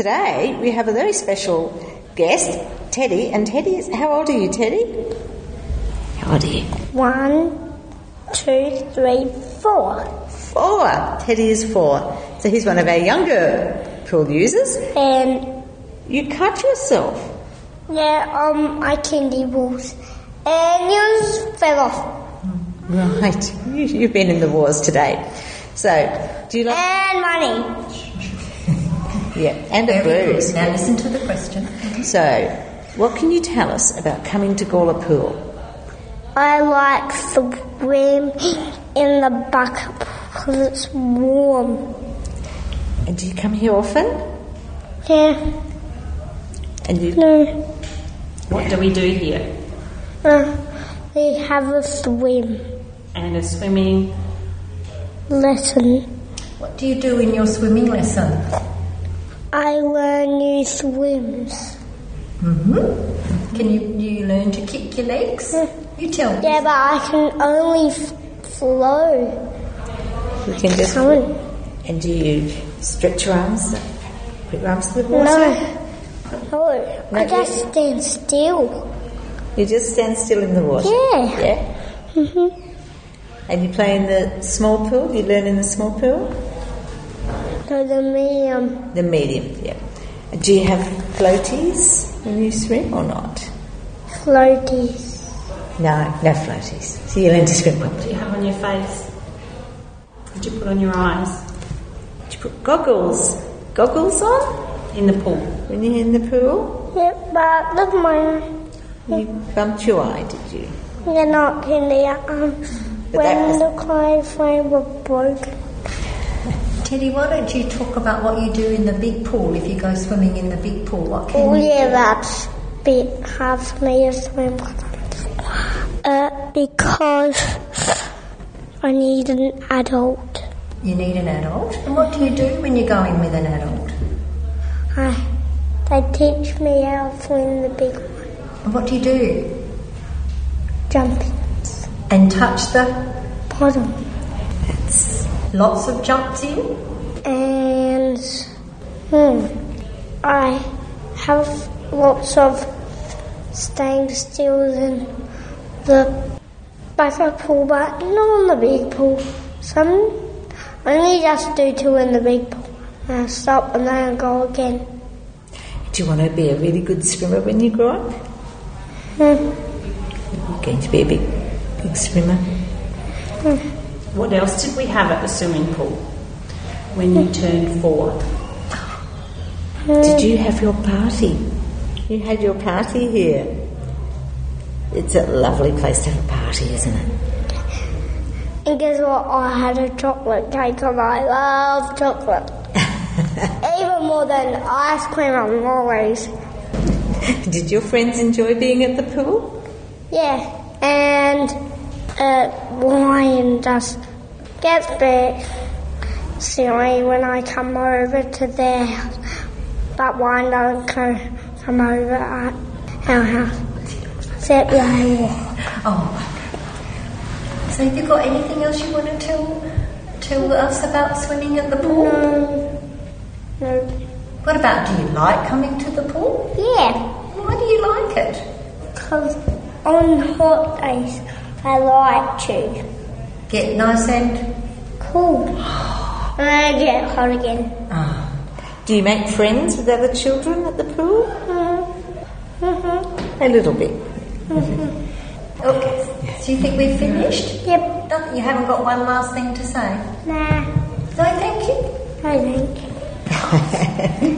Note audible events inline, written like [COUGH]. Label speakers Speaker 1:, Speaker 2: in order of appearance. Speaker 1: today we have a very special guest, Teddy. And Teddy, is, how old are you, Teddy? How old are you?
Speaker 2: One, two, three, four.
Speaker 1: Four. Teddy is four. So he's one of our younger pool users.
Speaker 2: And
Speaker 1: You cut yourself.
Speaker 2: yeah, um, I candy balls. And you fell off.
Speaker 1: Right. You, you've been in the wars today. So, do you like?
Speaker 2: And money.
Speaker 1: Yeah, and a
Speaker 3: Eh. Very
Speaker 1: blues.
Speaker 3: good. Now listen to the question.
Speaker 1: So, what can you tell us about coming to Gawler Pool?
Speaker 2: I like swimming in the bucket because it's warm.
Speaker 1: And do you come here often?
Speaker 2: Yeah,
Speaker 1: And you
Speaker 2: no.
Speaker 4: What do we do here?
Speaker 2: Uh, they have a swim
Speaker 4: And a swimming.
Speaker 2: lesson.
Speaker 3: What do you do in your swimming lesson?
Speaker 2: I learn new swims.
Speaker 3: Mm-hmm. Can you, you learn to kick your legs? You tell me.
Speaker 2: Yeah, but I can only f- flow.
Speaker 1: you can just.
Speaker 2: Can't.
Speaker 1: And do you stretch your arms? Put your arms to the water.
Speaker 2: No. No. I
Speaker 1: No,
Speaker 2: just stand still.
Speaker 1: You just stand still in the water.
Speaker 2: Yeah. Mm-hmm.
Speaker 1: Yeah. And you play in the small pool. You learn in the small pool.
Speaker 2: No, the medium.
Speaker 1: The medium. Yeah. And do you have floaties when you swim or not?
Speaker 2: Floaties.
Speaker 1: No, no floaties. So you learn to swim properly.
Speaker 4: What do you have on your face? What do you put on your eyes?
Speaker 1: Did you put goggles? Goggles on
Speaker 4: In the pool.
Speaker 1: when you're in the pool?
Speaker 2: Yeah, but look mine.
Speaker 1: You bumped your eye, did you?
Speaker 2: They're not in there. Um,
Speaker 1: But that
Speaker 2: when
Speaker 1: was-
Speaker 2: the clay frame were broken.
Speaker 3: Teddy, why don't you talk about what you do in the big pool if you go swimming in the big pool? What can
Speaker 2: Oh
Speaker 3: you
Speaker 2: yeah, that's bit hard for me to swim. Uh, because I need an adult.
Speaker 3: You need an adult. And what do you do when you go in with an adult?
Speaker 2: I, they teach me how to swim the big
Speaker 3: And what do you do?
Speaker 2: jumping
Speaker 3: And touch the
Speaker 2: bottom.
Speaker 3: lots of jumps in?
Speaker 2: And hmm, I have lots of staying still in the bucket pool, but not on the big pool. Some only just do two in the big pool. And I stop and then I go again.
Speaker 1: Do you want to be a really good swimmer when you grow up?
Speaker 2: Hmm.
Speaker 1: You're going to be a big, big swimmer.
Speaker 4: What else did we have at the swimming pool when you turned four?
Speaker 1: Did you have your party? You had your party here. It's a lovely place to have a party, isn't it? [LAUGHS]
Speaker 2: And guess what? I had a chocolate cake and I love chocolate. Even more than ice cream and lollies.
Speaker 1: Did your friends enjoy being at the pool?
Speaker 2: Yeah, and uh, Lion just gets a bit silly when I come over to their house, but Lion doesn't co- come over at our house. Except yeah,
Speaker 3: Oh. So have you got anything else you want to tell tell us about swimming at the pool?
Speaker 2: no,
Speaker 3: What about do you like coming to the pool?
Speaker 2: yeah,
Speaker 3: Why do you like it?
Speaker 2: because on hot days I like to
Speaker 3: Get nice and
Speaker 2: cool, and then I get hot again.
Speaker 3: ah,
Speaker 1: Do you make friends with other children at the pool?
Speaker 2: Mm-hmm.
Speaker 1: A little bit.
Speaker 3: okay. Do you think we've finished?
Speaker 2: Yep,
Speaker 3: Nothing- You haven't got one last thing to say.
Speaker 2: nah,
Speaker 3: No, thank you.
Speaker 2: I think.